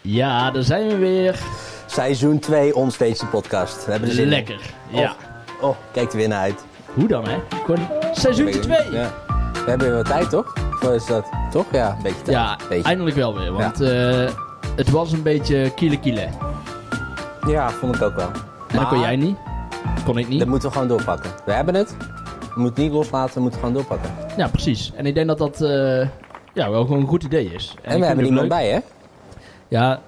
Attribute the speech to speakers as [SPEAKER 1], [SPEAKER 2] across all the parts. [SPEAKER 1] Ja, daar zijn we weer.
[SPEAKER 2] Seizoen 2 Onstage de podcast. We hebben er zin in.
[SPEAKER 1] Lekker. Ja.
[SPEAKER 2] Oh, kijk er weer naar uit.
[SPEAKER 1] Hoe dan, hè? Gewoon seizoen 2. Ja,
[SPEAKER 2] Ja. We hebben weer wat tijd, toch? Of is dat? Toch? Ja, een beetje tijd. beetje.
[SPEAKER 1] eindelijk wel weer. Want eh, het was een beetje kiele kiele. En
[SPEAKER 2] ja vond ik ook wel.
[SPEAKER 1] dat kon jij niet. Kon ik niet.
[SPEAKER 2] Dat moeten we gewoon doorpakken. We hebben het. We moeten het niet loslaten, we moeten het gewoon doorpakken. En,
[SPEAKER 1] Ja, precies. En ik denk dat dat eh, ja, wel gewoon een goed idee is. En, ik
[SPEAKER 2] we
[SPEAKER 1] vind
[SPEAKER 2] hebben
[SPEAKER 1] het
[SPEAKER 2] iemand
[SPEAKER 1] leuk.
[SPEAKER 2] bij, hè?
[SPEAKER 1] Ja,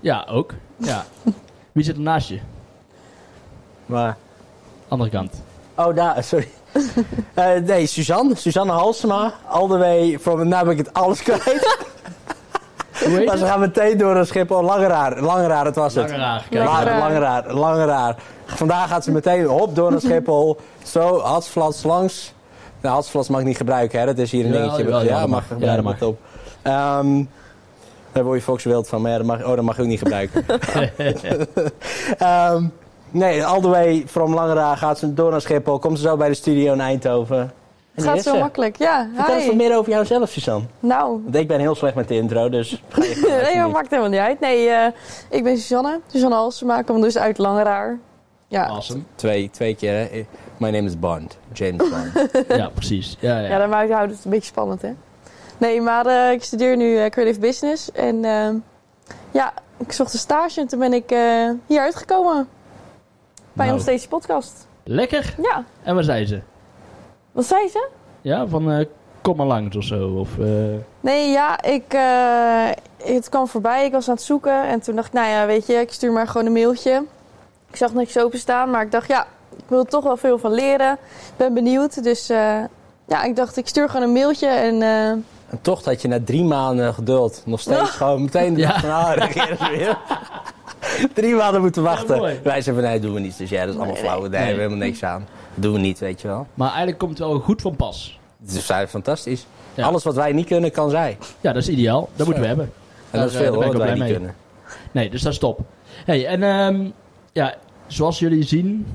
[SPEAKER 1] ja ook. Ja. Wie zit er naast je?
[SPEAKER 2] Maar...
[SPEAKER 1] Andere kant.
[SPEAKER 2] Oh, daar, sorry. Eh, nee, Suzanne. Suzanne Halsema. All the way from... Nou ben ik het alles kwijt.
[SPEAKER 1] Hoe heet
[SPEAKER 2] maar ze
[SPEAKER 1] het?
[SPEAKER 2] gaan meteen door een schip. Oh, Langeraar. Langeraar, het was het.
[SPEAKER 1] Langeraar, kijk.
[SPEAKER 2] Langeraar,
[SPEAKER 3] Langeraar.
[SPEAKER 2] Langeraar, Langeraar. Vandaag gaat ze meteen hop door naar Schiphol. Zo, hatsflats langs. Nou, hatsflats mag ik niet gebruiken, hè. Dat is hier een
[SPEAKER 1] Jawel,
[SPEAKER 2] dingetje.
[SPEAKER 1] jawel,
[SPEAKER 2] ja,
[SPEAKER 1] jawel, dat
[SPEAKER 2] mag
[SPEAKER 1] mag.
[SPEAKER 2] gebruiken.
[SPEAKER 1] Ja, dat
[SPEAKER 2] Top. Ehm, daar word je Fox wild van, maar ja, dat mag, oh, dat mag ik ook niet gebruiken. Ehm, nee, all the way from Langeraar gaat ze door naar Schiphol. Komt ze zo bij de studio in Eindhoven. En
[SPEAKER 3] Het
[SPEAKER 2] hier
[SPEAKER 3] gaat
[SPEAKER 2] is
[SPEAKER 3] zo
[SPEAKER 2] ze.
[SPEAKER 3] makkelijk, ja.
[SPEAKER 2] Vertel eens
[SPEAKER 3] Hi.
[SPEAKER 2] wat meer over jouzelf, Suzanne.
[SPEAKER 3] Nou,
[SPEAKER 2] Want ik ben heel slecht met de intro, dus ga je gang,
[SPEAKER 3] nee, dat
[SPEAKER 2] alsjeblieft.
[SPEAKER 3] maakt helemaal niet uit. Nee, eh, ik ben Suzanne. Suzanne Halsema, ik kom dus uit Langeraar. Ja,
[SPEAKER 1] Awesome.
[SPEAKER 2] Twee, twee keer, hè. My name is Bond. James Bond.
[SPEAKER 1] Ja, precies. Ja, ja.
[SPEAKER 3] ja. dan maakt- houdt het een beetje spannend, hè? Nee, maar eh, ik studeer nu eh, Creative Business. En eh, ja, ik zocht een stage en toen ben ik eh, hier uitgekomen. Bij
[SPEAKER 1] Nou.
[SPEAKER 3] ons steeds podcast.
[SPEAKER 1] Lekker.
[SPEAKER 3] Ja,
[SPEAKER 1] En waar zijn ze?
[SPEAKER 3] wat zei ze?
[SPEAKER 1] Ja, van eh, kom maar langs of zo. Of, eh,
[SPEAKER 3] Nee, ja, ik, eh, het kwam voorbij. Ik was aan het zoeken. En toen dacht ik, nou ja, weet je, ik stuur maar gewoon een mailtje. Ik zag niks openstaan, maar ik dacht, ja, ik wil er toch wel veel van leren. Ik ben benieuwd. Dus eh, ja, ik dacht, ik stuur gewoon een mailtje. En eh,
[SPEAKER 2] En toch dat je na drie maanden geduld nog steeds gewoon meteen
[SPEAKER 1] Ja.
[SPEAKER 2] ja. van, ah, reageer eens weer. drie maanden moeten wachten.
[SPEAKER 1] mooi.
[SPEAKER 2] Wij zeiden van, nee, doen we niet. Dus ja, dat is allemaal flauw. Daar
[SPEAKER 1] Nee.
[SPEAKER 2] hebben we helemaal niks aan. Dat doen we niet, weet je wel.
[SPEAKER 1] maar eigenlijk komt het wel goed van pas.
[SPEAKER 2] Dus zij fantastisch.
[SPEAKER 1] Ja.
[SPEAKER 2] Alles wat wij niet kunnen, kan zij.
[SPEAKER 1] Ja, dat is ideaal. Dat moeten we hebben.
[SPEAKER 2] En dat is
[SPEAKER 1] Daar, eh,
[SPEAKER 2] veel hoor,
[SPEAKER 1] daar
[SPEAKER 2] wat
[SPEAKER 1] ben ik wel
[SPEAKER 2] wij
[SPEAKER 1] blij
[SPEAKER 2] niet
[SPEAKER 1] mee.
[SPEAKER 2] kunnen.
[SPEAKER 1] Nee, dus dat is top. Hey, en ehm, ja, zoals jullie zien...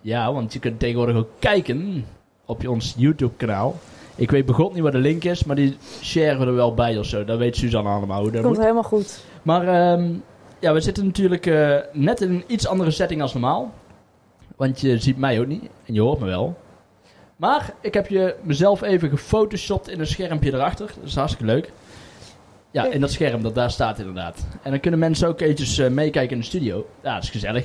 [SPEAKER 1] Ja, want je kunt tegenwoordig ook kijken op je- ons YouTube-kanaal. Ik weet begot niet waar de link is, maar die sharen we er wel bij of zo. Dat weet Suzanne allemaal hoe dat
[SPEAKER 3] komt
[SPEAKER 1] moet.
[SPEAKER 3] helemaal goed.
[SPEAKER 1] Maar ehm, ja, we zitten natuurlijk eh, net in een iets andere setting als normaal. Want je ziet mij ook niet en je hoort me wel. Maar ik heb je mezelf even gefotoshopt in een schermpje erachter. Dat is hartstikke leuk. Ja, in dat scherm dat daar staat inderdaad. En dan kunnen mensen ook eventjes eh, meekijken in de studio. Ja, dat is gezellig.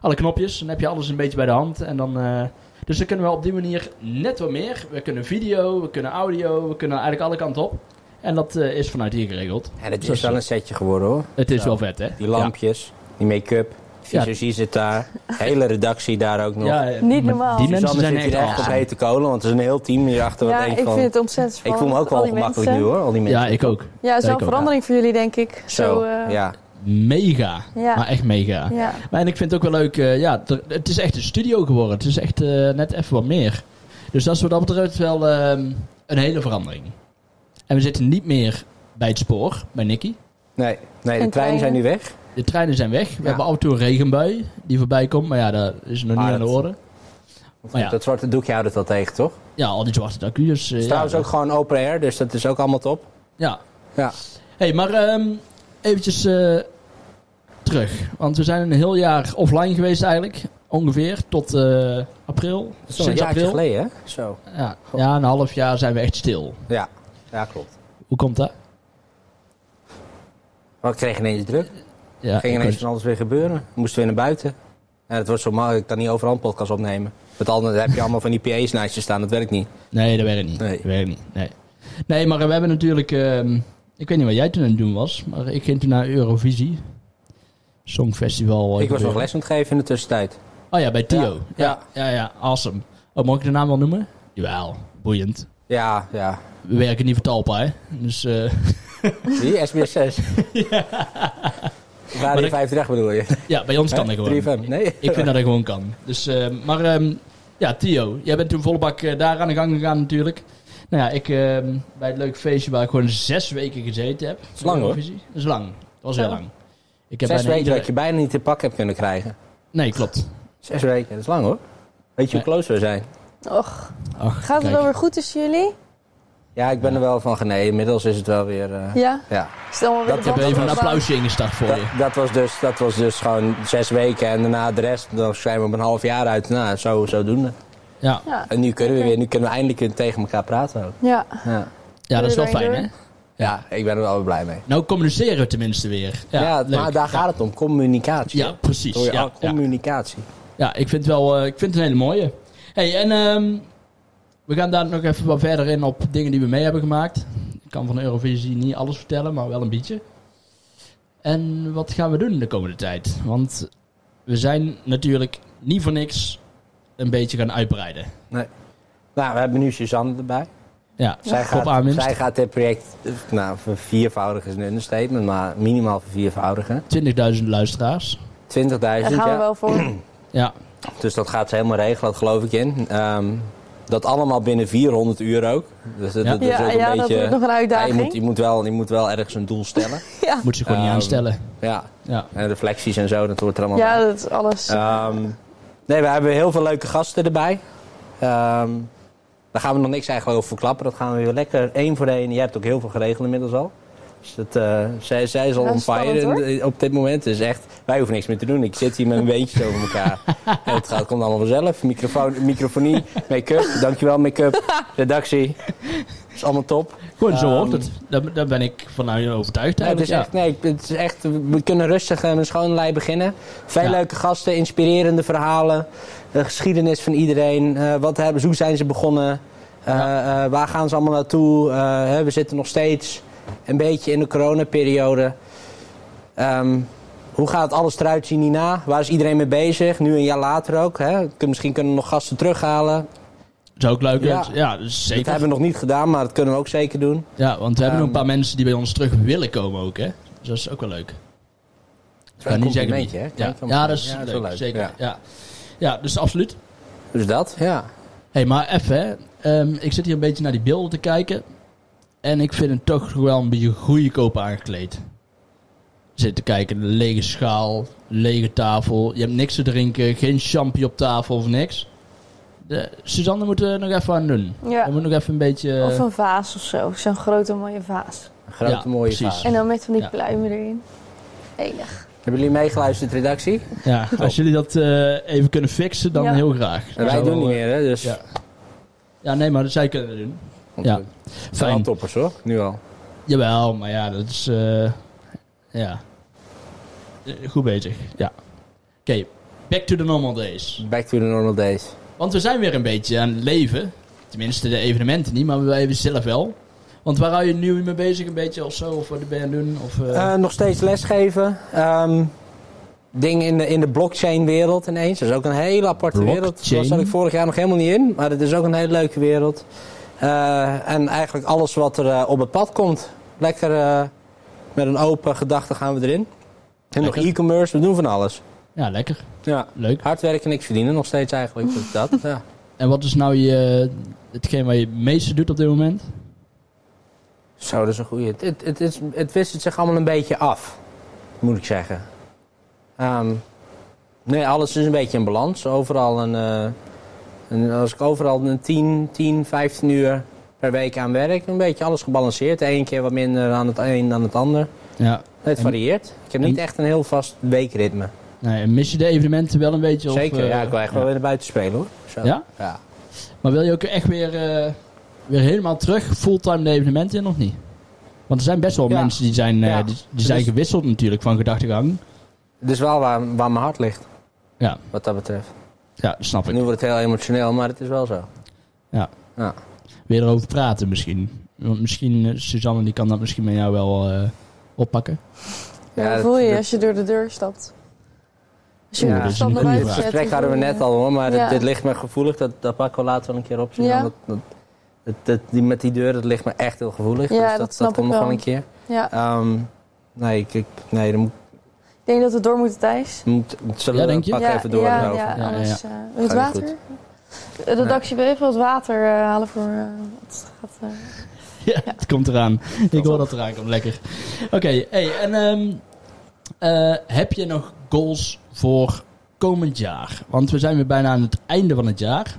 [SPEAKER 1] Alle knopjes, dan heb je alles een beetje bij de hand. En dan, eh, dus dan kunnen we op die manier net wat meer. We kunnen video, we kunnen audio, we kunnen eigenlijk alle kanten op. En dat eh, is vanuit hier geregeld.
[SPEAKER 2] En het
[SPEAKER 1] Zo
[SPEAKER 2] is wel
[SPEAKER 1] zo.
[SPEAKER 2] een setje geworden hoor.
[SPEAKER 1] Het is
[SPEAKER 2] Zo.
[SPEAKER 1] wel vet, hè?
[SPEAKER 2] Die lampjes, die make-up. Visagie zit daar. Hele redactie daar ook nog.
[SPEAKER 1] Ja, ja, maar
[SPEAKER 3] Niet normaal.
[SPEAKER 1] Die
[SPEAKER 2] Suzanne
[SPEAKER 1] mensen zijn
[SPEAKER 2] zit
[SPEAKER 1] echt
[SPEAKER 2] hier echt op
[SPEAKER 1] awesome.
[SPEAKER 2] hete kolen, want er is een heel team hierachter. wat
[SPEAKER 3] ja,
[SPEAKER 2] denkt
[SPEAKER 3] ik
[SPEAKER 2] van-
[SPEAKER 3] vind het ontzettend
[SPEAKER 2] ik
[SPEAKER 3] spannend.
[SPEAKER 2] voel me ook wel
[SPEAKER 3] al die
[SPEAKER 2] ongemakkelijk
[SPEAKER 3] mensen.
[SPEAKER 2] nu hoor, al die mensen.
[SPEAKER 1] Ja, ik ook.
[SPEAKER 3] Ja, het is wel
[SPEAKER 1] Ik
[SPEAKER 3] een
[SPEAKER 1] ook,
[SPEAKER 3] verandering voor jullie, denk ik. Zo, eh, ja.
[SPEAKER 2] ja.
[SPEAKER 1] Mega.
[SPEAKER 3] Ja.
[SPEAKER 1] Maar echt mega.
[SPEAKER 3] Ja.
[SPEAKER 1] Maar en ik vind het ook wel leuk, eh, ja, er- het is echt een studio geworden. Het is echt eh, net even wat meer. Dus dat is wat dat betreft wel ehm, een hele verandering. En we zitten niet meer bij het spoor, bij Nicky.
[SPEAKER 2] Nee, nee de
[SPEAKER 3] En
[SPEAKER 2] treinen
[SPEAKER 3] treinen.
[SPEAKER 2] zijn nu weg.
[SPEAKER 1] De treinen zijn weg. We
[SPEAKER 2] Ja.
[SPEAKER 1] hebben af en toe een regenbui die voorbij komt. Maar ja, dat is nog
[SPEAKER 2] Ah,
[SPEAKER 1] niet aan de
[SPEAKER 2] dat-
[SPEAKER 1] orde. Maar Oh ja,
[SPEAKER 2] Dat zwarte doekje houdt het al tegen, toch?
[SPEAKER 1] ja, al die zwarte accu's. eh,
[SPEAKER 2] Het is trouwens
[SPEAKER 1] ja,
[SPEAKER 2] ook gewoon open air, dus dat is ook allemaal top.
[SPEAKER 1] Ja,
[SPEAKER 2] Ja.
[SPEAKER 1] hey, maar ehm, eventjes eh, terug. Want we zijn een heel jaar offline geweest eigenlijk. Ongeveer tot eh, april.
[SPEAKER 2] Zo, een
[SPEAKER 1] Sinds
[SPEAKER 2] jaartje
[SPEAKER 1] april.
[SPEAKER 2] geleden, Oh. hè? Zo.
[SPEAKER 1] Ja, ja, een half jaar zijn we echt stil.
[SPEAKER 2] Ja, ja klopt.
[SPEAKER 1] Hoe komt dat?
[SPEAKER 2] Maar ik kreeg ineens druk. Er
[SPEAKER 1] Ja,
[SPEAKER 2] ging
[SPEAKER 1] ik
[SPEAKER 2] ineens
[SPEAKER 1] weet-
[SPEAKER 2] van alles weer gebeuren. Moesten weer naar buiten. En het wordt zo makkelijk, ik kan niet overal een podcast opnemen. Met anderen heb je allemaal van die PA's naast je staan, dat werkt niet.
[SPEAKER 1] Nee, dat werkt niet.
[SPEAKER 2] Nee.
[SPEAKER 1] Dat werkt niet. Nee. nee, maar we hebben natuurlijk... ehm, ik weet niet wat jij toen aan het doen was. Maar ik ging toen naar Eurovisie. Songfestival. eh,
[SPEAKER 2] ik was nog
[SPEAKER 1] gebeuren.
[SPEAKER 2] les aan het geven in de tussentijd.
[SPEAKER 1] Oh ja, bij Theo.
[SPEAKER 2] Ja.
[SPEAKER 1] Ja, ja, ja. Awesome. Oh, mag ik de naam wel noemen? Jawel. Boeiend.
[SPEAKER 2] Ja, ja.
[SPEAKER 1] We werken niet voor Talpa, hè? Dus... eh,
[SPEAKER 2] Die SBS 6. ja.
[SPEAKER 1] dat-
[SPEAKER 2] Radio 538 bedoel je?
[SPEAKER 1] Ja, bij ons kan dat
[SPEAKER 2] Hè?
[SPEAKER 1] gewoon.
[SPEAKER 2] 3FM, nee.
[SPEAKER 1] Ik vind dat dat gewoon kan. Dus, eh, maar ehm, ja, Theo, jij bent toen volle bak eh, daar aan de gang gegaan natuurlijk. Nou ja, ik ehm, bij het leuke feestje waar ik gewoon zes weken gezeten heb.
[SPEAKER 2] is lang, hoor.
[SPEAKER 1] Eurovisie. Dat is lang. Dat was heel
[SPEAKER 3] Ja.
[SPEAKER 1] lang. Ik
[SPEAKER 2] Zes weken
[SPEAKER 1] iedere-
[SPEAKER 2] dat je bijna niet te pak hebt kunnen krijgen.
[SPEAKER 1] Nee, klopt.
[SPEAKER 2] Zes weken, dat is lang hoor. Weet je hoe
[SPEAKER 1] Nee.
[SPEAKER 2] close we zijn?
[SPEAKER 3] Och,
[SPEAKER 1] Ach,
[SPEAKER 3] gaat het
[SPEAKER 1] kijk.
[SPEAKER 3] wel weer goed tussen jullie?
[SPEAKER 2] Ja, ik ben er wel van genee. Inmiddels is het wel weer... eh,
[SPEAKER 3] Ja?
[SPEAKER 2] ja.
[SPEAKER 3] Is het allemaal weer
[SPEAKER 2] Dat
[SPEAKER 1] Ik heb
[SPEAKER 3] de band
[SPEAKER 1] even een
[SPEAKER 3] opgeslagen?
[SPEAKER 1] applausje ingestart voor
[SPEAKER 2] Dat,
[SPEAKER 1] je.
[SPEAKER 2] dat, was dus, dat was dus gewoon zes weken en daarna de rest, dan zijn we op een half jaar uit. Nou, zo, zo doen we.
[SPEAKER 1] Ja,
[SPEAKER 3] Ja.
[SPEAKER 2] En nu kunnen we weer, nu kunnen we eindelijk weer tegen elkaar praten ook.
[SPEAKER 3] Ja.
[SPEAKER 2] Ja.
[SPEAKER 1] ja dat is wel
[SPEAKER 3] Kun je
[SPEAKER 1] fijn,
[SPEAKER 3] daarin
[SPEAKER 1] hè?
[SPEAKER 2] ja, ik ben er wel blij mee.
[SPEAKER 1] Nou communiceren we tenminste weer. Ja,
[SPEAKER 2] Ja,
[SPEAKER 1] leuk.
[SPEAKER 2] maar daar gaat het om, communicatie.
[SPEAKER 1] Ja, precies.
[SPEAKER 2] Door je-
[SPEAKER 1] Ja,
[SPEAKER 2] ah,
[SPEAKER 1] ja.
[SPEAKER 2] communicatie.
[SPEAKER 1] Ja, ik vind, wel, eh, ik vind het een hele mooie. hey, en ehm, we gaan daar nog even wat verder in op dingen die we mee hebben gemaakt. Ik kan van Eurovisie niet alles vertellen, maar wel een beetje. En wat gaan we doen de komende tijd? Want we zijn natuurlijk niet voor niks een beetje gaan uitbreiden.
[SPEAKER 2] Nou, we hebben nu Suzanne erbij.
[SPEAKER 1] Ja,
[SPEAKER 2] Zij,
[SPEAKER 1] Rob
[SPEAKER 2] gaat,
[SPEAKER 1] aanwinst.
[SPEAKER 2] zij gaat dit project, eh, nou, verviervoudigen is een understatement, maar minimaal verviervoudigen.
[SPEAKER 1] 20.000 luisteraars.
[SPEAKER 2] 20.000,
[SPEAKER 3] Daar gaan
[SPEAKER 2] ja.
[SPEAKER 3] we wel voor.
[SPEAKER 1] Ja,
[SPEAKER 2] Dus dat gaat ze helemaal regelen, dat geloof ik in. Ehm, dat allemaal binnen 400 uur ook. Dus dat,
[SPEAKER 1] Ja.
[SPEAKER 2] dat is
[SPEAKER 3] ja,
[SPEAKER 2] ook een
[SPEAKER 3] ja dat
[SPEAKER 2] beetje...
[SPEAKER 3] wordt nog een
[SPEAKER 2] Ja, je,
[SPEAKER 3] uitdaging.
[SPEAKER 2] moet, je, moet wel, je moet wel ergens een doel stellen.
[SPEAKER 3] ja.
[SPEAKER 1] moet ze gewoon niet
[SPEAKER 2] Ehm,
[SPEAKER 1] aanstellen.
[SPEAKER 2] ja,
[SPEAKER 1] Ja.
[SPEAKER 2] en reflecties en zo, dat hoort er allemaal
[SPEAKER 3] ja,
[SPEAKER 2] bij.
[SPEAKER 3] dat is alles.
[SPEAKER 2] Ehm, nee, we hebben heel veel leuke gasten erbij. Ehm, daar gaan we nog niks eigenlijk over verklappen. Dat gaan we weer lekker één voor één. Jij hebt ook heel veel geregeld inmiddels al. Dus dat, eh, zij, zij is al
[SPEAKER 3] Dat
[SPEAKER 2] on
[SPEAKER 3] is
[SPEAKER 2] fire
[SPEAKER 3] spannend,
[SPEAKER 2] in- in- op dit moment. Dus echt, wij hoeven niks meer te doen. Ik zit hier met mijn beentjes over elkaar. En het gaat, komt allemaal vanzelf. Microfoon, microfonie, make-up. Dankjewel make-up, redactie. Dat is allemaal top.
[SPEAKER 1] Gewoon zo
[SPEAKER 2] ehm,
[SPEAKER 1] hoort het. Daar, daar ben ik vanuit overtuigd
[SPEAKER 2] Nee, het
[SPEAKER 1] eigenlijk.
[SPEAKER 2] is
[SPEAKER 1] Ja.
[SPEAKER 2] echt, nee, het is echt, we kunnen rustig eh, met een schone lei beginnen. Veel
[SPEAKER 1] Ja.
[SPEAKER 2] leuke gasten, inspirerende verhalen, de geschiedenis van iedereen. eh, wat hebben, ze- hoe zijn ze begonnen? Eh, eh, waar gaan ze allemaal naartoe? Eh, hè, we zitten nog steeds een beetje in de coronaperiode. Ehm, hoe gaat alles eruit zien hierna? Waar is iedereen mee bezig? Nu een jaar later ook. Hè? Kun- Misschien kunnen we nog gasten terughalen.
[SPEAKER 1] Dat is ook leuk.
[SPEAKER 2] Ja.
[SPEAKER 1] Ja, ja dat is
[SPEAKER 2] Dat
[SPEAKER 1] zeker.
[SPEAKER 2] hebben we nog niet gedaan, maar dat kunnen we ook zeker doen.
[SPEAKER 1] Ja, want we hebben nog een
[SPEAKER 2] Ehm,
[SPEAKER 1] paar mensen die bij ons terug willen komen ook, hè? Dus dat is ook wel leuk. Ik kan niet zeggen wie.
[SPEAKER 2] complimentje, hè?
[SPEAKER 1] Ja.
[SPEAKER 2] Klinkt wel
[SPEAKER 1] ja,
[SPEAKER 2] mooi.
[SPEAKER 1] dat is,
[SPEAKER 2] Ja, dat is
[SPEAKER 1] leuk,
[SPEAKER 2] wel leuk,
[SPEAKER 1] zeker. Ja.
[SPEAKER 2] ja.
[SPEAKER 1] Ja. dus absoluut.
[SPEAKER 2] Dus dat, ja.
[SPEAKER 1] hey, maar even, hè. Ehm, ik zit hier een beetje naar die beelden te kijken. En ik vind het toch wel een beetje goedkoop aangekleed. Zit te kijken, een lege schaal, lege tafel. Je hebt niks te drinken, geen champie op tafel of niks. De, Suzanne moet er nog even aan doen.
[SPEAKER 3] Ja.
[SPEAKER 1] Je moet nog even een beetje...
[SPEAKER 2] Eh,
[SPEAKER 3] Of een vaas of zo. Zo'n grote mooie vaas.
[SPEAKER 2] Een grote
[SPEAKER 1] Ja,
[SPEAKER 2] mooie
[SPEAKER 1] precies.
[SPEAKER 2] vaas.
[SPEAKER 3] En dan met van die
[SPEAKER 1] Ja.
[SPEAKER 3] pluimen erin. Enig.
[SPEAKER 2] Hebben jullie meegeluisterd, redactie?
[SPEAKER 1] Ja, als jullie dat eh, even kunnen fixen, dan
[SPEAKER 3] Ja.
[SPEAKER 1] heel graag.
[SPEAKER 2] En wij
[SPEAKER 1] Zou
[SPEAKER 2] doen
[SPEAKER 1] wel,
[SPEAKER 2] niet meer, hè? Dus
[SPEAKER 1] ja. ja, nee, maar zij kunnen het doen.
[SPEAKER 2] Want
[SPEAKER 1] Ja,
[SPEAKER 2] we zijn wel
[SPEAKER 1] fijn.
[SPEAKER 2] toppers, hoor. Nu al.
[SPEAKER 1] Jawel, maar ja, dat is... eh, ja. Eh, Goed bezig, ja. Oké, back to the normal days.
[SPEAKER 2] Back to the normal days.
[SPEAKER 1] Want we zijn weer een beetje aan het leven. Tenminste, de evenementen niet, maar wij hebben zelf wel. Want waar hou je nu mee bezig? Een beetje of zo? Of wat ben je aan het doen? Of, eh,
[SPEAKER 2] Eh, nog steeds lesgeven. Ehm dingen in de, in de blockchain-wereld ineens. Dat is ook een hele aparte wereld.
[SPEAKER 1] Blockchain.
[SPEAKER 2] Daar zat ik vorig jaar nog helemaal niet in. Maar dat is ook een hele leuke wereld. Eh, en eigenlijk alles wat er eh, op het pad komt. Lekker eh, met een open gedachte gaan we erin. En nog
[SPEAKER 1] Lekker.
[SPEAKER 2] e-commerce, we doen van alles.
[SPEAKER 1] Ja, lekker.
[SPEAKER 2] Ja.
[SPEAKER 1] Leuk.
[SPEAKER 2] Hard werken, niks verdienen nog steeds eigenlijk. Dus Dat, ja.
[SPEAKER 1] En wat is nou je, hetgeen waar je het meeste doet op dit moment?
[SPEAKER 2] Zo, dat is een goeie. Het, het, het, is, het wisselt zich allemaal een beetje af, moet ik zeggen. Ehm, nee, alles is een beetje in balans. Overal een, eh, een- als ik overal een 10, 10, 15 uur per week aan werk, een beetje alles gebalanceerd. Eén keer wat minder aan het een dan het ander.
[SPEAKER 1] Ja,
[SPEAKER 2] Het
[SPEAKER 1] En-
[SPEAKER 2] varieert. Ik heb niet
[SPEAKER 1] en-
[SPEAKER 2] echt een heel vast weekritme.
[SPEAKER 1] nee, en mis je de evenementen wel een beetje? of,
[SPEAKER 2] Zeker,
[SPEAKER 1] eh,
[SPEAKER 2] ja, ik wil echt wel weer naar buiten spelen hoor. Zo.
[SPEAKER 1] Ja?
[SPEAKER 2] Ja.
[SPEAKER 1] Maar wil je ook echt weer, eh, weer helemaal terug fulltime de evenementen in of niet? Want er zijn best wel
[SPEAKER 2] Ja.
[SPEAKER 1] mensen die zijn, eh,
[SPEAKER 2] Ja.
[SPEAKER 1] die, die zijn
[SPEAKER 2] Dus-
[SPEAKER 1] gewisseld natuurlijk van gedachtegang.
[SPEAKER 2] Het is wel waar, waar mijn hart ligt,
[SPEAKER 1] Ja,
[SPEAKER 2] wat dat betreft.
[SPEAKER 1] ja dat snap ik.
[SPEAKER 2] Nu wordt het heel emotioneel, maar het is wel zo.
[SPEAKER 1] Weer erover praten misschien. Want misschien, eh, Suzanne die kan dat misschien met jou wel eh, oppakken.
[SPEAKER 2] Ja,
[SPEAKER 3] Ja,
[SPEAKER 2] dat-
[SPEAKER 3] voel je
[SPEAKER 2] dat-
[SPEAKER 3] als je door de deur stapt. Als je
[SPEAKER 2] Ja,
[SPEAKER 3] ja,
[SPEAKER 2] dat
[SPEAKER 1] is
[SPEAKER 3] stap
[SPEAKER 1] een
[SPEAKER 3] naar
[SPEAKER 1] goeie
[SPEAKER 3] buiten
[SPEAKER 1] vraag.
[SPEAKER 3] zet.
[SPEAKER 2] Het gesprek hadden we net al hoor, maar
[SPEAKER 3] Ja.
[SPEAKER 2] dit, dit ligt me gevoelig. Dat, dat pakken we later wel een keer op. Suzanne.
[SPEAKER 3] Ja.
[SPEAKER 2] Dat, dat, dat- dat- die, met die deur, dat ligt me echt heel gevoelig.
[SPEAKER 3] Ja,
[SPEAKER 2] dus
[SPEAKER 3] dat
[SPEAKER 2] dat, dat,
[SPEAKER 3] snap ik
[SPEAKER 2] komt nog
[SPEAKER 3] wel.
[SPEAKER 2] wel een keer.
[SPEAKER 3] Ja,
[SPEAKER 2] Ehm, nee, ik, ik, nee, dan moet,
[SPEAKER 3] ik denk dat we door moeten, Thijs.
[SPEAKER 2] moet, zullen
[SPEAKER 1] Ja,
[SPEAKER 2] we
[SPEAKER 1] denk je?
[SPEAKER 2] pak
[SPEAKER 3] ja,
[SPEAKER 2] even door. nou.
[SPEAKER 3] ja,
[SPEAKER 2] erover.
[SPEAKER 3] ja,
[SPEAKER 1] Ja,
[SPEAKER 3] anders... eh, wil je het
[SPEAKER 2] Gaat niet
[SPEAKER 3] water? De redactie, wil je even wat water eh, halen voor... eh, wat gaat, eh,
[SPEAKER 1] Ja, het komt eraan. Ik hoor dat het eraan komt. Lekker. Oké, hey, en ehm, eh, heb je nog goals voor komend jaar? Want we zijn weer bijna aan het einde van het jaar.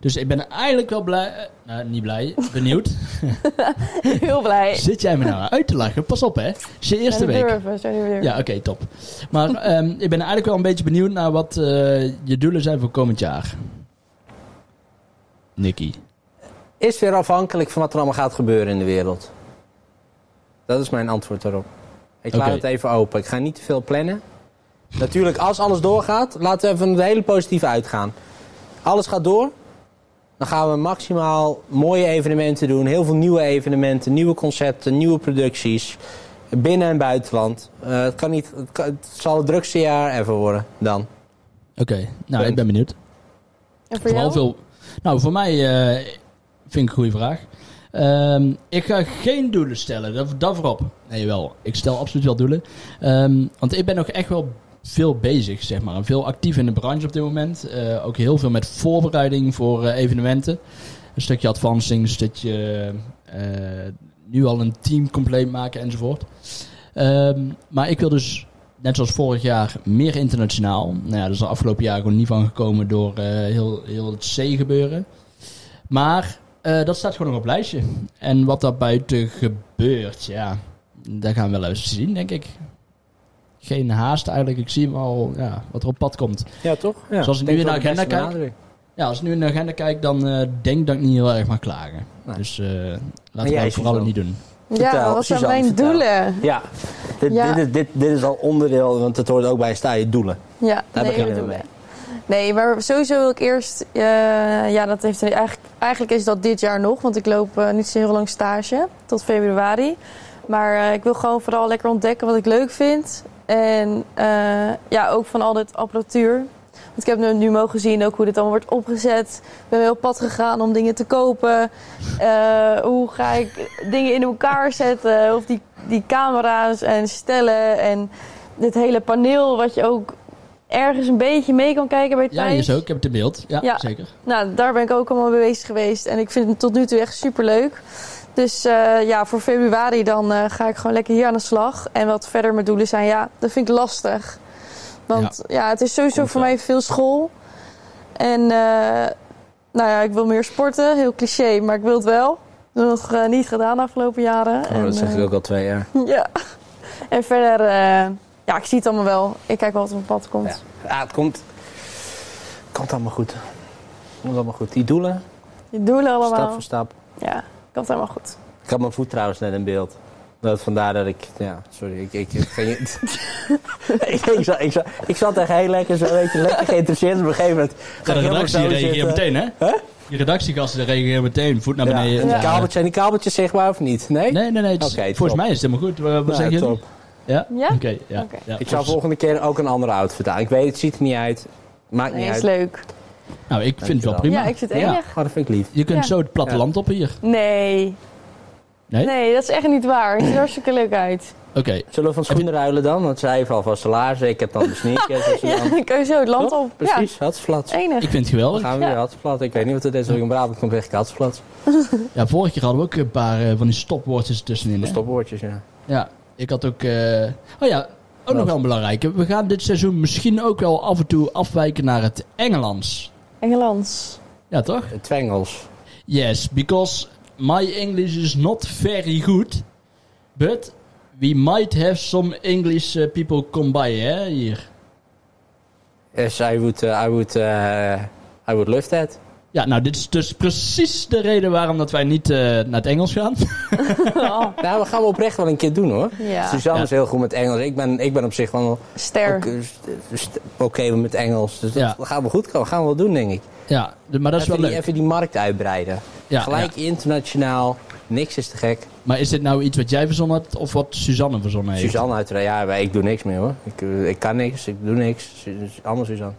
[SPEAKER 1] Dus ik ben eigenlijk wel blij... eh, nou, niet blij. Benieuwd.
[SPEAKER 3] eh, Heel blij.
[SPEAKER 1] Zit jij me nou uit te lachen? Pas op, hè. Het is je eerste
[SPEAKER 3] Zijn die
[SPEAKER 1] week.
[SPEAKER 3] durven, zijn die durven.
[SPEAKER 1] Ja, oké, top. Maar ehm, ik ben eigenlijk wel een beetje benieuwd naar wat eh, je doelen zijn voor komend jaar. Nicky.
[SPEAKER 2] Is weer afhankelijk van wat er allemaal gaat gebeuren in de wereld. Dat is mijn antwoord daarop. Ik
[SPEAKER 1] Oké.
[SPEAKER 2] laat het even open. Ik ga niet te veel plannen. Natuurlijk, als alles doorgaat, laten we even het hele positieve uitgaan. Alles gaat door. Dan gaan we maximaal mooie evenementen doen. Heel veel nieuwe evenementen, nieuwe concepten, nieuwe producties. Binnen en buitenland. Eh, het, kan niet, het, kan- het zal het drukste jaar ever worden dan.
[SPEAKER 1] Oké, nou, ik ben benieuwd.
[SPEAKER 3] En voor
[SPEAKER 1] Vooral
[SPEAKER 3] jou?
[SPEAKER 1] veel. Nou, voor mij eh, vind ik een goede vraag. Ehm, ik ga geen doelen stellen, dat, dat voorop. Nee, wel. Ik stel absoluut wel doelen. Ehm, want ik ben nog echt wel veel bezig, zeg maar. En Veel actief in de branche op dit moment. Eh, ook heel veel met voorbereiding voor eh, evenementen. Een stukje advancing, een stukje eh, nu al een team compleet maken enzovoort. Ehm, maar ik wil dus net zoals vorig jaar, meer internationaal. Nou ja, dat is de afgelopen jaar gewoon niet van gekomen door eh, heel, heel het C-gebeuren. Maar eh, dat staat gewoon nog op het lijstje. En wat daar buiten gebeurt, ja, daar gaan we wel eens zien, denk ik. Geen haast eigenlijk. Ik zie wel ja, wat er op pad komt.
[SPEAKER 2] Ja, toch? Ja.
[SPEAKER 1] Zoals ik nu
[SPEAKER 2] Denk
[SPEAKER 1] in de
[SPEAKER 2] dat het
[SPEAKER 1] agenda
[SPEAKER 2] beste
[SPEAKER 1] kijk.
[SPEAKER 2] benadering.
[SPEAKER 1] Ja, als ik nu in de agenda kijk, dan eh, denk ik dat ik niet heel erg mag klagen.
[SPEAKER 2] Nee.
[SPEAKER 1] Dus eh, laten we
[SPEAKER 2] jij,
[SPEAKER 1] dat vooral
[SPEAKER 2] Suzanne?
[SPEAKER 1] niet doen.
[SPEAKER 3] Ja,
[SPEAKER 2] Vertel,
[SPEAKER 3] wat zijn
[SPEAKER 2] Suzanne,
[SPEAKER 3] mijn
[SPEAKER 2] vertel.
[SPEAKER 3] doelen?
[SPEAKER 2] Ja, dit,
[SPEAKER 3] Ja.
[SPEAKER 2] Dit, is- dit, dit is al onderdeel, want het hoort ook bij sta je doelen.
[SPEAKER 3] Ja,
[SPEAKER 2] Daar
[SPEAKER 3] nee,
[SPEAKER 2] beginnen we
[SPEAKER 3] doelen.
[SPEAKER 2] mee.
[SPEAKER 3] Nee, maar sowieso wil ik eerst... eh, ja, dat heeft, eigenlijk, eigenlijk is dat dit jaar nog. Want ik loop eh, niet zo heel lang stage. Tot februari. Maar eh, ik wil gewoon vooral lekker ontdekken wat ik leuk vind. En eh, ja, ook van al dit apparatuur. Want ik heb nu, nu mogen zien ook hoe dit allemaal wordt opgezet. Ik ben heel op pad gegaan om dingen te kopen. Eh, hoe ga ik dingen in elkaar zetten? Of die, die camera's en stellen. En dit hele paneel wat je ook ergens een beetje mee kan kijken bij
[SPEAKER 1] Ja,
[SPEAKER 3] Thijs.
[SPEAKER 1] is ook. Ik heb het in beeld. Ja,
[SPEAKER 3] Ja.
[SPEAKER 1] zeker.
[SPEAKER 3] Nou, daar ben ik ook allemaal mee bezig geweest. En ik vind het tot nu toe echt super leuk. Dus eh, ja, voor februari dan eh, ga ik gewoon lekker hier aan de slag. En wat verder mijn doelen zijn, ja, dat vind ik lastig. Want ja, het is sowieso
[SPEAKER 1] Komt
[SPEAKER 3] voor
[SPEAKER 1] wel.
[SPEAKER 3] mij veel school. En eh, nou ja, ik wil meer sporten. Heel cliché, maar ik wil het wel. Ik heb het nog eh, niet gedaan de afgelopen jaren.
[SPEAKER 2] Oh,
[SPEAKER 3] En,
[SPEAKER 2] dat zeg
[SPEAKER 3] eh,
[SPEAKER 2] ik ook al twee jaar.
[SPEAKER 3] Ja. En verder, eh, ja, ik zie het allemaal wel. Ik kijk wel wat er op mijn pad komt.
[SPEAKER 2] Ja. Ah, het komt, het komt allemaal goed. Het komt allemaal goed. Die doelen,
[SPEAKER 3] Die doelen
[SPEAKER 2] stap
[SPEAKER 3] allemaal.
[SPEAKER 2] voor stap.
[SPEAKER 3] Ja, komt helemaal goed.
[SPEAKER 2] Ik had mijn voet trouwens net in beeld. Dat vandaar dat ik, ja, sorry, ik, ik, ik ging... ik, ik, zat, ik, zat, ik zat echt heel lekker, zo weet je, lekker geïnteresseerd. Op een gegeven moment
[SPEAKER 1] Ja, de
[SPEAKER 2] ga ik helemaal
[SPEAKER 1] redactie
[SPEAKER 2] zo
[SPEAKER 1] reageert
[SPEAKER 2] zitten.
[SPEAKER 1] meteen, hè? Die redactiegasten reageren meteen. Voet naar
[SPEAKER 2] Ja.
[SPEAKER 1] beneden.
[SPEAKER 2] En
[SPEAKER 1] Ja.
[SPEAKER 2] die kabeltjes, zijn die kabeltjes zichtbaar of niet? Nee?
[SPEAKER 1] Nee, nee, nee. het is-
[SPEAKER 2] Oké,
[SPEAKER 1] volgens
[SPEAKER 2] top.
[SPEAKER 1] mij is het helemaal goed. Wat wat
[SPEAKER 2] Nou,
[SPEAKER 1] zeg je?
[SPEAKER 2] top.
[SPEAKER 1] Ja?
[SPEAKER 3] Ja?
[SPEAKER 1] Oké, ja.
[SPEAKER 3] Oké.
[SPEAKER 1] ja.
[SPEAKER 2] Ik zal volgende keer ook een andere outfit aan. Ik weet, het ziet er niet uit. Maakt
[SPEAKER 3] Nee,
[SPEAKER 2] niet
[SPEAKER 3] is
[SPEAKER 2] uit.
[SPEAKER 3] leuk.
[SPEAKER 1] Nou, ik vind het wel
[SPEAKER 2] Dankjewel.
[SPEAKER 1] prima.
[SPEAKER 3] Ja, ik vind het
[SPEAKER 1] Ja.
[SPEAKER 3] enig.
[SPEAKER 2] Oh, dat vind ik lief.
[SPEAKER 1] Je kunt
[SPEAKER 3] Ja.
[SPEAKER 1] zo het platteland op hier.
[SPEAKER 3] Nee.
[SPEAKER 1] Nee?
[SPEAKER 3] Nee, dat is echt niet waar. Het ziet er hartstikke leuk uit.
[SPEAKER 1] Oké.
[SPEAKER 2] Zullen we van schoenen ruilen dan? Want zij heeft alvast de laarzen, ik heb dan de sneakers. en zo
[SPEAKER 3] Ja,
[SPEAKER 2] dan-
[SPEAKER 3] dan kun je zo het land
[SPEAKER 2] Toch?
[SPEAKER 3] op.
[SPEAKER 2] Precies, hatsflats.
[SPEAKER 3] Ja, enig.
[SPEAKER 1] Ik vind het
[SPEAKER 2] Dan
[SPEAKER 1] geweldig.
[SPEAKER 2] gaan we weer
[SPEAKER 3] Ja.
[SPEAKER 2] hatsflats. Ik weet niet wat het is, als ik in Brabant kom zeg ik hatsflats.
[SPEAKER 1] Ja, vorige keer hadden we ook een paar eh, van die stopwoordjes tussenin.
[SPEAKER 2] De
[SPEAKER 1] hè?
[SPEAKER 2] stopwoordjes, ja.
[SPEAKER 1] Ja. Ik had ook... eh, Oh ja, ook nog
[SPEAKER 2] Wat?
[SPEAKER 1] wel een belangrijke. We gaan dit seizoen misschien ook wel af en toe afwijken naar het Engelands.
[SPEAKER 3] Engelands.
[SPEAKER 1] Ja, toch?
[SPEAKER 2] De twengels.
[SPEAKER 1] Yes, because my English is not very good, but we might have some English eh, people come by, hè, hier.
[SPEAKER 2] Yes, I would, eh, I would, eh, I would love that.
[SPEAKER 1] Ja, nou, dit is dus precies de reden waarom dat wij niet eh, naar het Engels gaan.
[SPEAKER 3] Oh,
[SPEAKER 2] Nou, we gaan we oprecht wel een keer doen hoor.
[SPEAKER 3] ja.
[SPEAKER 2] Suzanne
[SPEAKER 1] Ja.
[SPEAKER 2] is heel goed met Engels. Ik ben, ik ben op zich wel ook,
[SPEAKER 3] Ster.
[SPEAKER 2] eh, st- st- oké met Engels. Dus
[SPEAKER 1] Ja.
[SPEAKER 2] dat gaan we goed komen. Gaan we wel doen, denk ik.
[SPEAKER 1] ja, d- maar dat is
[SPEAKER 2] even,
[SPEAKER 1] wel
[SPEAKER 2] Die,
[SPEAKER 1] leuk.
[SPEAKER 2] even die markt uitbreiden.
[SPEAKER 1] Ja,
[SPEAKER 2] Gelijk
[SPEAKER 1] ja.
[SPEAKER 2] internationaal. Niks is te gek.
[SPEAKER 1] Maar is dit nou iets wat jij verzonnen hebt of wat Suzanne verzonnen heeft?
[SPEAKER 2] Suzanne uiteraard. Ja, maar ik doe niks meer hoor. Ik, eh, ik kan niks. Ik doe niks. Su- Allemaal Suzanne.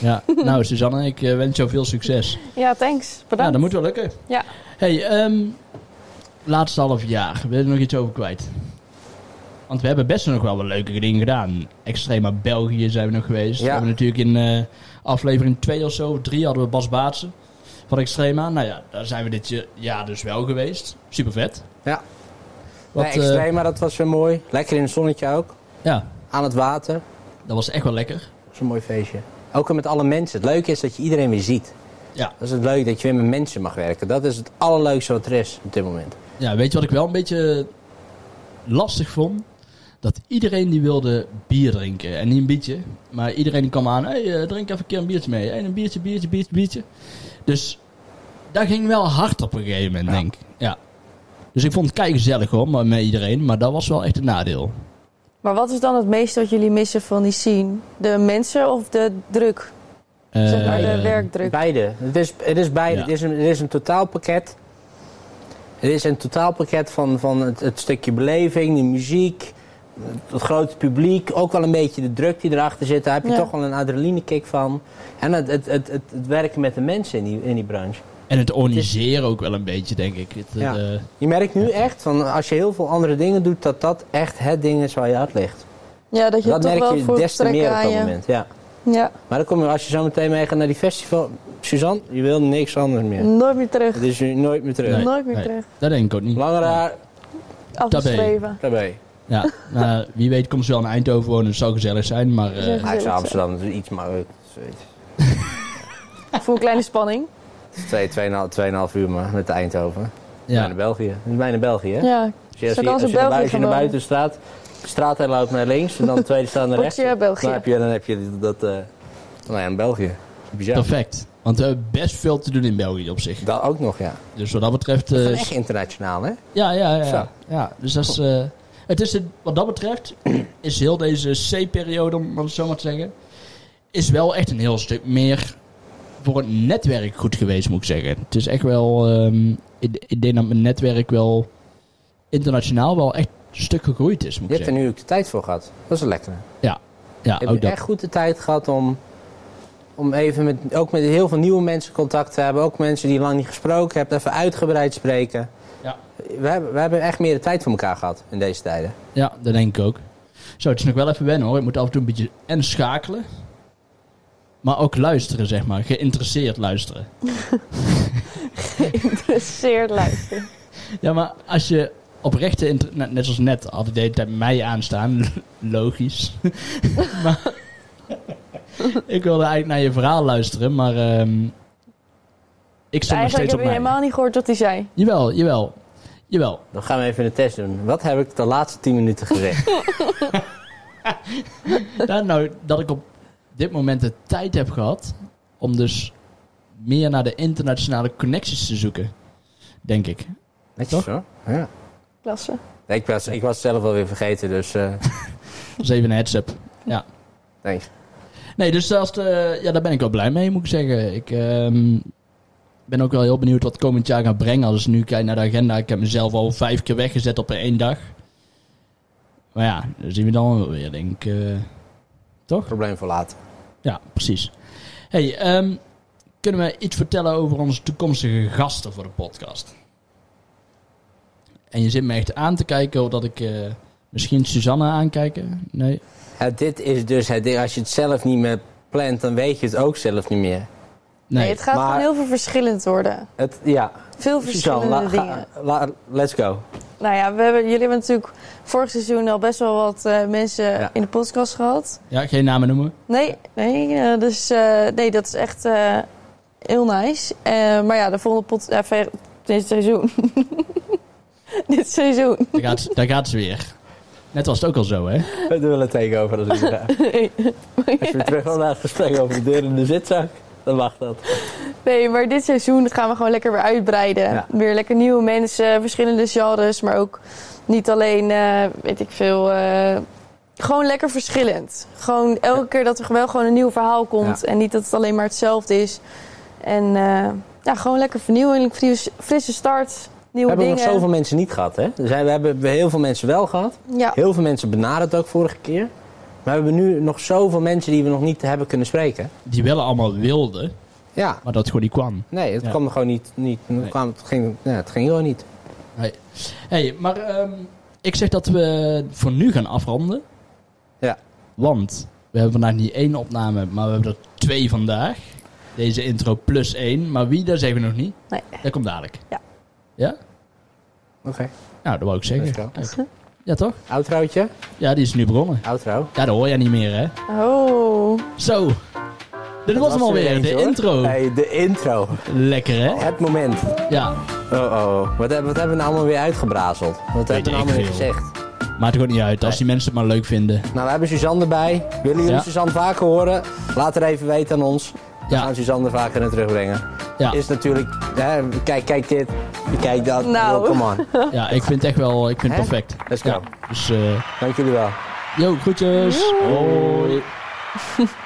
[SPEAKER 1] Ja. Nou, Suzanne, ik eh, wens jou veel succes.
[SPEAKER 2] eh,
[SPEAKER 3] Ja, thanks.
[SPEAKER 1] Ja,
[SPEAKER 3] Bedankt.
[SPEAKER 1] dat moet wel lukken.
[SPEAKER 3] Ja.
[SPEAKER 1] hey, ehm, laatste half jaar. Wil je er nog iets over kwijt? Want we hebben best nog wel wat leuke dingen gedaan. Extrema België zijn we nog geweest.
[SPEAKER 2] Ja.
[SPEAKER 1] We hebben natuurlijk in eh, aflevering 2 of zo, of 3 hadden we Bas Baatsen van Extrema. Nou ja, daar zijn we dit je- jaar dus wel geweest. Super vet.
[SPEAKER 2] Ja.
[SPEAKER 1] Wat,
[SPEAKER 2] nee,
[SPEAKER 1] eh,
[SPEAKER 2] Extrema, dat was weer mooi. Lekker in het zonnetje ook.
[SPEAKER 1] ja,
[SPEAKER 2] Aan het water.
[SPEAKER 1] dat was echt wel lekker.
[SPEAKER 2] Dat is een mooi feestje. Ook weer met alle mensen. Het leuke is dat je iedereen weer ziet.
[SPEAKER 1] Ja.
[SPEAKER 2] Dat is het leuk dat je weer met mensen mag werken. Dat is het allerleukste wat er is op dit moment.
[SPEAKER 1] Ja, weet je wat ik wel een beetje lastig vond? Dat iedereen die wilde bier drinken. En niet een biertje. Maar iedereen die kwam aan. Hé, hey, eh, drink even een keer een biertje mee. En een biertje, biertje, biertje, biertje. Dus daar ging wel hard op een gegeven moment,
[SPEAKER 2] Ja.
[SPEAKER 1] denk ik. Ja. Dus ik vond het kei gezellig hoor, maar met iedereen. Maar dat was wel echt een nadeel.
[SPEAKER 3] Maar wat is dan het meeste wat jullie missen van die scene? De mensen of de druk? zeg maar de
[SPEAKER 1] Eh,
[SPEAKER 3] werkdruk.
[SPEAKER 2] Beide. Het is, het is beide.
[SPEAKER 1] Ja.
[SPEAKER 2] Het, is een, het is een totaalpakket. Het is een totaalpakket van, van het, het stukje beleving, de muziek, het grote publiek. Ook wel een beetje de druk die erachter zit. Daar heb je
[SPEAKER 3] Ja.
[SPEAKER 2] toch wel een adrenalinekick van. En het, het, het, het, het werken met de mensen in die, in die branche.
[SPEAKER 1] En het organiseren ook wel een beetje, denk ik. Het,
[SPEAKER 2] Ja.
[SPEAKER 1] eh,
[SPEAKER 2] Je merkt nu echt, van, als je heel veel andere dingen doet, dat dat echt het ding is waar je hart ligt.
[SPEAKER 3] Ja, dat je
[SPEAKER 2] dat
[SPEAKER 3] toch
[SPEAKER 2] merk
[SPEAKER 3] wel
[SPEAKER 2] je
[SPEAKER 3] voor
[SPEAKER 2] des te
[SPEAKER 3] trekken
[SPEAKER 2] meer op
[SPEAKER 3] aan
[SPEAKER 2] dat
[SPEAKER 3] je.
[SPEAKER 2] moment. Ja.
[SPEAKER 3] Ja,
[SPEAKER 2] Maar dan kom je, als je zo meteen mee gaat naar die festival, Suzanne, je wil niks anders meer.
[SPEAKER 3] nooit meer terug.
[SPEAKER 2] Dus je nooit meer terug.
[SPEAKER 1] Nee,
[SPEAKER 3] nooit meer
[SPEAKER 1] nee.
[SPEAKER 3] terug.
[SPEAKER 1] dat denk ik ook niet.
[SPEAKER 2] Langer haar,
[SPEAKER 3] Afgeschreven.
[SPEAKER 2] daarbij.
[SPEAKER 1] Ja, nou, wie weet komt ze wel in Eindhoven wonen. Het zou gezellig zijn, maar... eh,
[SPEAKER 3] Gezellig.
[SPEAKER 2] Hij is Amsterdam dus iets maar eh, zoiets.
[SPEAKER 3] Ik voel een kleine spanning.
[SPEAKER 2] Twee, tweeënhalf, tweeënhalf uur maar met Eindhoven.
[SPEAKER 1] ja.
[SPEAKER 2] Bijna België. Het is bijna België, hè?
[SPEAKER 3] Ja,
[SPEAKER 2] Dus je- als
[SPEAKER 3] Zo
[SPEAKER 2] je,
[SPEAKER 3] kan
[SPEAKER 2] als
[SPEAKER 3] ze
[SPEAKER 2] je,
[SPEAKER 3] op
[SPEAKER 2] naar,
[SPEAKER 3] België
[SPEAKER 2] bui- als je naar
[SPEAKER 3] gaan
[SPEAKER 2] buiten de straat, de straat heen loopt naar links en dan de tweede straat naar
[SPEAKER 3] Word
[SPEAKER 2] rechts.
[SPEAKER 3] je België.
[SPEAKER 2] Dan heb je, dan heb je dat, eh nou ja, in België. Bizar.
[SPEAKER 1] Perfect. Want we hebben best veel te doen in België op zich.
[SPEAKER 2] Dat ook nog, ja.
[SPEAKER 1] Dus wat dat betreft... eh,
[SPEAKER 2] Dat is echt internationaal, hè?
[SPEAKER 1] ja, ja, ja,
[SPEAKER 2] Zo.
[SPEAKER 1] ja, ja. Dus dat is... eh, het is het- wat dat betreft is heel deze C-periode, om het zo maar te zeggen... is wel echt een heel stuk meer voor het netwerk goed geweest, moet ik zeggen. Het is echt wel... ehm, ik, ik denk dat mijn netwerk wel internationaal wel echt een stuk gegroeid is, moet
[SPEAKER 2] Je
[SPEAKER 1] ik
[SPEAKER 2] hebt er
[SPEAKER 1] zeggen.
[SPEAKER 2] nu ook de tijd voor gehad. Dat is een lekkere.
[SPEAKER 1] Ja,
[SPEAKER 2] Ik
[SPEAKER 1] Nou, ook
[SPEAKER 2] heb
[SPEAKER 1] dat.
[SPEAKER 2] echt goed de tijd gehad om, om even met, ook met heel veel nieuwe mensen contact te hebben. Ook mensen die je lang niet gesproken hebt. Even uitgebreid spreken.
[SPEAKER 1] Ja.
[SPEAKER 2] We, hebben, we hebben echt meer de tijd voor elkaar gehad in deze tijden.
[SPEAKER 1] Ja, dat denk ik ook. Zo, het is nog wel even wennen hoor. Ik moet af en toe een beetje en schakelen. Maar ook luisteren, zeg maar. Geïnteresseerd luisteren.
[SPEAKER 3] geïnteresseerd luisteren.
[SPEAKER 1] Ja, maar als je oprechte... inter- nou, Net zoals net, altijd de hele tijd mij aanstaan. Logisch. maar ik wilde eigenlijk naar je verhaal luisteren, maar... ehm, ik stond nog
[SPEAKER 3] Eigenlijk
[SPEAKER 1] steeds op
[SPEAKER 3] heb je
[SPEAKER 1] mij.
[SPEAKER 3] helemaal niet gehoord wat hij zei.
[SPEAKER 1] Jawel, jawel. Jawel.
[SPEAKER 2] Dan gaan we even een test doen. Wat heb ik de laatste 10 minuten gezegd?
[SPEAKER 1] Ja, nou, dat ik op dit moment de tijd heb gehad om dus meer naar de internationale connecties te zoeken. Denk ik.
[SPEAKER 2] Netjes hoor. Ja.
[SPEAKER 3] Klasse.
[SPEAKER 2] Nee, ik, was, ik was zelf alweer vergeten, dus eh,
[SPEAKER 1] Dat is even een heads-up. Ja.
[SPEAKER 2] thanks.
[SPEAKER 1] Nee, dus als de, ja, daar ben ik wel blij mee, moet ik zeggen. Ik ehm, ben ook wel heel benieuwd wat komend jaar gaat brengen. Als ik nu kijk naar de agenda, ik heb mezelf al vijf keer weggezet op één dag. Maar ja, dat zien we dan wel weer, denk ik. eh.
[SPEAKER 2] Probleem voor later.
[SPEAKER 1] Ja, precies. Hey, ehm, kunnen we iets vertellen over onze toekomstige gasten voor de podcast? En je zit me echt aan te kijken, dat ik eh, misschien Suzanne aankijken. Nee.
[SPEAKER 2] Ja, dit is dus het ding. Als je het zelf niet meer plant, dan weet je het ook zelf niet meer.
[SPEAKER 3] Nee,
[SPEAKER 1] Nee.
[SPEAKER 3] het gaat
[SPEAKER 2] maar-
[SPEAKER 3] gewoon heel veel verschillend worden.
[SPEAKER 2] Het, ja.
[SPEAKER 3] Veel
[SPEAKER 2] Suzanne,
[SPEAKER 3] verschillende
[SPEAKER 2] la- ga-
[SPEAKER 3] dingen.
[SPEAKER 2] la- let's go.
[SPEAKER 3] Nou ja, we hebben, jullie hebben natuurlijk vorig seizoen al best wel wat eh, mensen
[SPEAKER 2] Ja.
[SPEAKER 3] in de podcast gehad.
[SPEAKER 1] Ja, geen namen noemen.
[SPEAKER 3] Nee, nee, eh, dus, eh, nee dat is echt eh, heel nice. Eh, maar ja, de volgende pot... ja, ver- dit seizoen. dit seizoen.
[SPEAKER 1] Daar gaat, ze- daar gaat ze weer. Net was het ook al zo, hè?
[SPEAKER 2] We doen wel een takeover als ik ga.
[SPEAKER 3] Nee.
[SPEAKER 2] Als je weer terug wil naar het gesprek over de deur in de zitzak, dan mag dat.
[SPEAKER 3] Nee, maar dit seizoen gaan we gewoon lekker weer uitbreiden.
[SPEAKER 2] Ja.
[SPEAKER 3] Weer lekker nieuwe mensen, verschillende genres, maar ook niet alleen, eh, weet ik veel. eh, gewoon lekker verschillend. Gewoon elke
[SPEAKER 2] Ja.
[SPEAKER 3] keer dat er wel gewoon een nieuw verhaal komt en niet dat het alleen maar hetzelfde is. En eh, ja, gewoon lekker vernieuwing, fris- frisse start,
[SPEAKER 2] We
[SPEAKER 3] nieuwe
[SPEAKER 2] hebben
[SPEAKER 3] dingen.
[SPEAKER 2] nog zoveel mensen niet gehad, hè? Er zijn- we hebben we heel veel mensen wel gehad.
[SPEAKER 3] Ja,
[SPEAKER 2] Heel veel mensen benaderd ook vorige keer. Maar we hebben nu nog zoveel mensen die we nog niet hebben kunnen spreken.
[SPEAKER 1] Die wel allemaal wilden,
[SPEAKER 2] Ja,
[SPEAKER 1] maar dat gewoon niet kwam.
[SPEAKER 2] nee, het
[SPEAKER 1] Ja.
[SPEAKER 2] kwam er gewoon niet. niet het
[SPEAKER 1] Nee.
[SPEAKER 2] kwam, het, ging, ja, het ging gewoon niet.
[SPEAKER 1] hey, maar ehm, ik zeg dat we voor nu gaan afronden.
[SPEAKER 2] Ja.
[SPEAKER 1] Want we hebben vandaag niet één opname, maar we hebben er twee vandaag. Deze intro plus één. Maar wie, dat zeggen we nog niet.
[SPEAKER 3] Nee.
[SPEAKER 1] Dat komt dadelijk.
[SPEAKER 3] Ja.
[SPEAKER 1] Ja?
[SPEAKER 2] Oké.
[SPEAKER 1] Nou, dat wou ik zeggen.
[SPEAKER 2] Let's go.
[SPEAKER 1] Kijk. Ja, toch?
[SPEAKER 2] Outrootje?
[SPEAKER 1] Ja, die is nu begonnen.
[SPEAKER 2] Outro.
[SPEAKER 1] Ja, dat hoor jij niet meer, hè?
[SPEAKER 3] oh.
[SPEAKER 1] Zo. Dit was hem
[SPEAKER 2] was weer
[SPEAKER 1] alweer,
[SPEAKER 2] eentje,
[SPEAKER 1] de
[SPEAKER 2] hoor.
[SPEAKER 1] intro.
[SPEAKER 2] Hey, de intro.
[SPEAKER 1] Lekker, hè?
[SPEAKER 2] Het moment.
[SPEAKER 1] Ja.
[SPEAKER 2] Oh, oh. Wat hebben, wat hebben we nou allemaal weer uitgebrazeld? Wat hebben we nou
[SPEAKER 1] ik
[SPEAKER 2] allemaal weer
[SPEAKER 1] veel.
[SPEAKER 2] gezegd?
[SPEAKER 1] Maakt het ook niet uit, als die mensen het maar leuk vinden.
[SPEAKER 2] Nou, we hebben Suzanne erbij. Willen jullie
[SPEAKER 1] Ja.
[SPEAKER 2] Suzanne vaker horen? Laat er even weten aan ons. We
[SPEAKER 1] Ja.
[SPEAKER 2] gaan Suzanne er vaker naar terugbrengen.
[SPEAKER 1] Ja,
[SPEAKER 2] Is natuurlijk... Hè, kijk, kijk dit. Kijk dat.
[SPEAKER 3] Nou.
[SPEAKER 2] Oh, come on.
[SPEAKER 1] ja ik vind het echt wel ik vind het
[SPEAKER 2] Hè?
[SPEAKER 1] perfect.
[SPEAKER 2] Let's go.
[SPEAKER 1] Ja, dus, eh
[SPEAKER 2] Dank jullie wel.
[SPEAKER 1] yo, groetjes. Hoi.